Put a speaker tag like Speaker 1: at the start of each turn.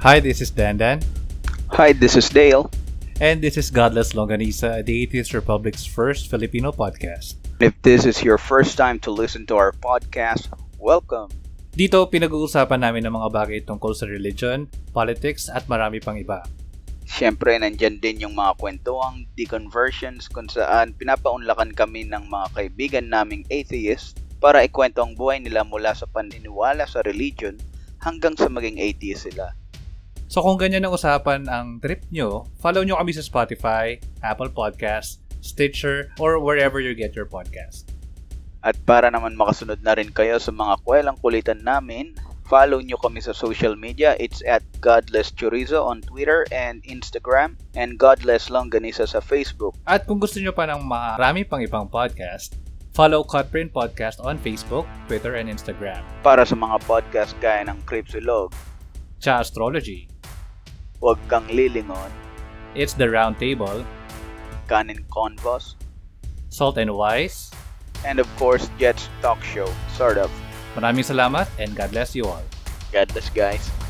Speaker 1: Hi, this is Dan Dan,
Speaker 2: Hi, this is Dale.
Speaker 1: and this is Godless Longanisa, the Atheist Republic's first Filipino podcast.
Speaker 2: If this is your first time to listen to our podcast, welcome.
Speaker 1: Dito, pinag-uusapan namin ng mga bagay tungkol sa religion, politics, at marami pang iba.
Speaker 2: Siyempre, nandyan din yung mga kwentuang deconversions kung saan pinapaunlakan kami ng mga kaibigan naming atheist para ikwento ang buhay nila mula sa paniniwala sa religion hanggang sa maging atheist sila.
Speaker 1: So kung ganyan ang usapan ang trip nyo, follow nyo kami sa Spotify, Apple Podcasts, Stitcher, or wherever you get your podcast.
Speaker 2: At para naman makasunod na rin kayo sa mga kwelang kulitan namin, follow nyo kami sa social media. It's at Godless Chorizo on Twitter and Instagram and Godless Longganisa sa Facebook.
Speaker 1: At kung gusto nyo pa ng marami pang ibang podcast, follow Cutprint Podcast on Facebook, Twitter, and Instagram.
Speaker 2: para sa mga podcast gaya ng Cripsilog,
Speaker 1: Cha Astrology,
Speaker 2: Huwag Kang Lilingon,
Speaker 1: It's the Roundtable,
Speaker 2: Canon Convos,
Speaker 1: Salt and Wise,
Speaker 2: and of course, Jets Talk Show, sort of.
Speaker 1: Maraming salamat and God bless you all.
Speaker 2: God bless guys.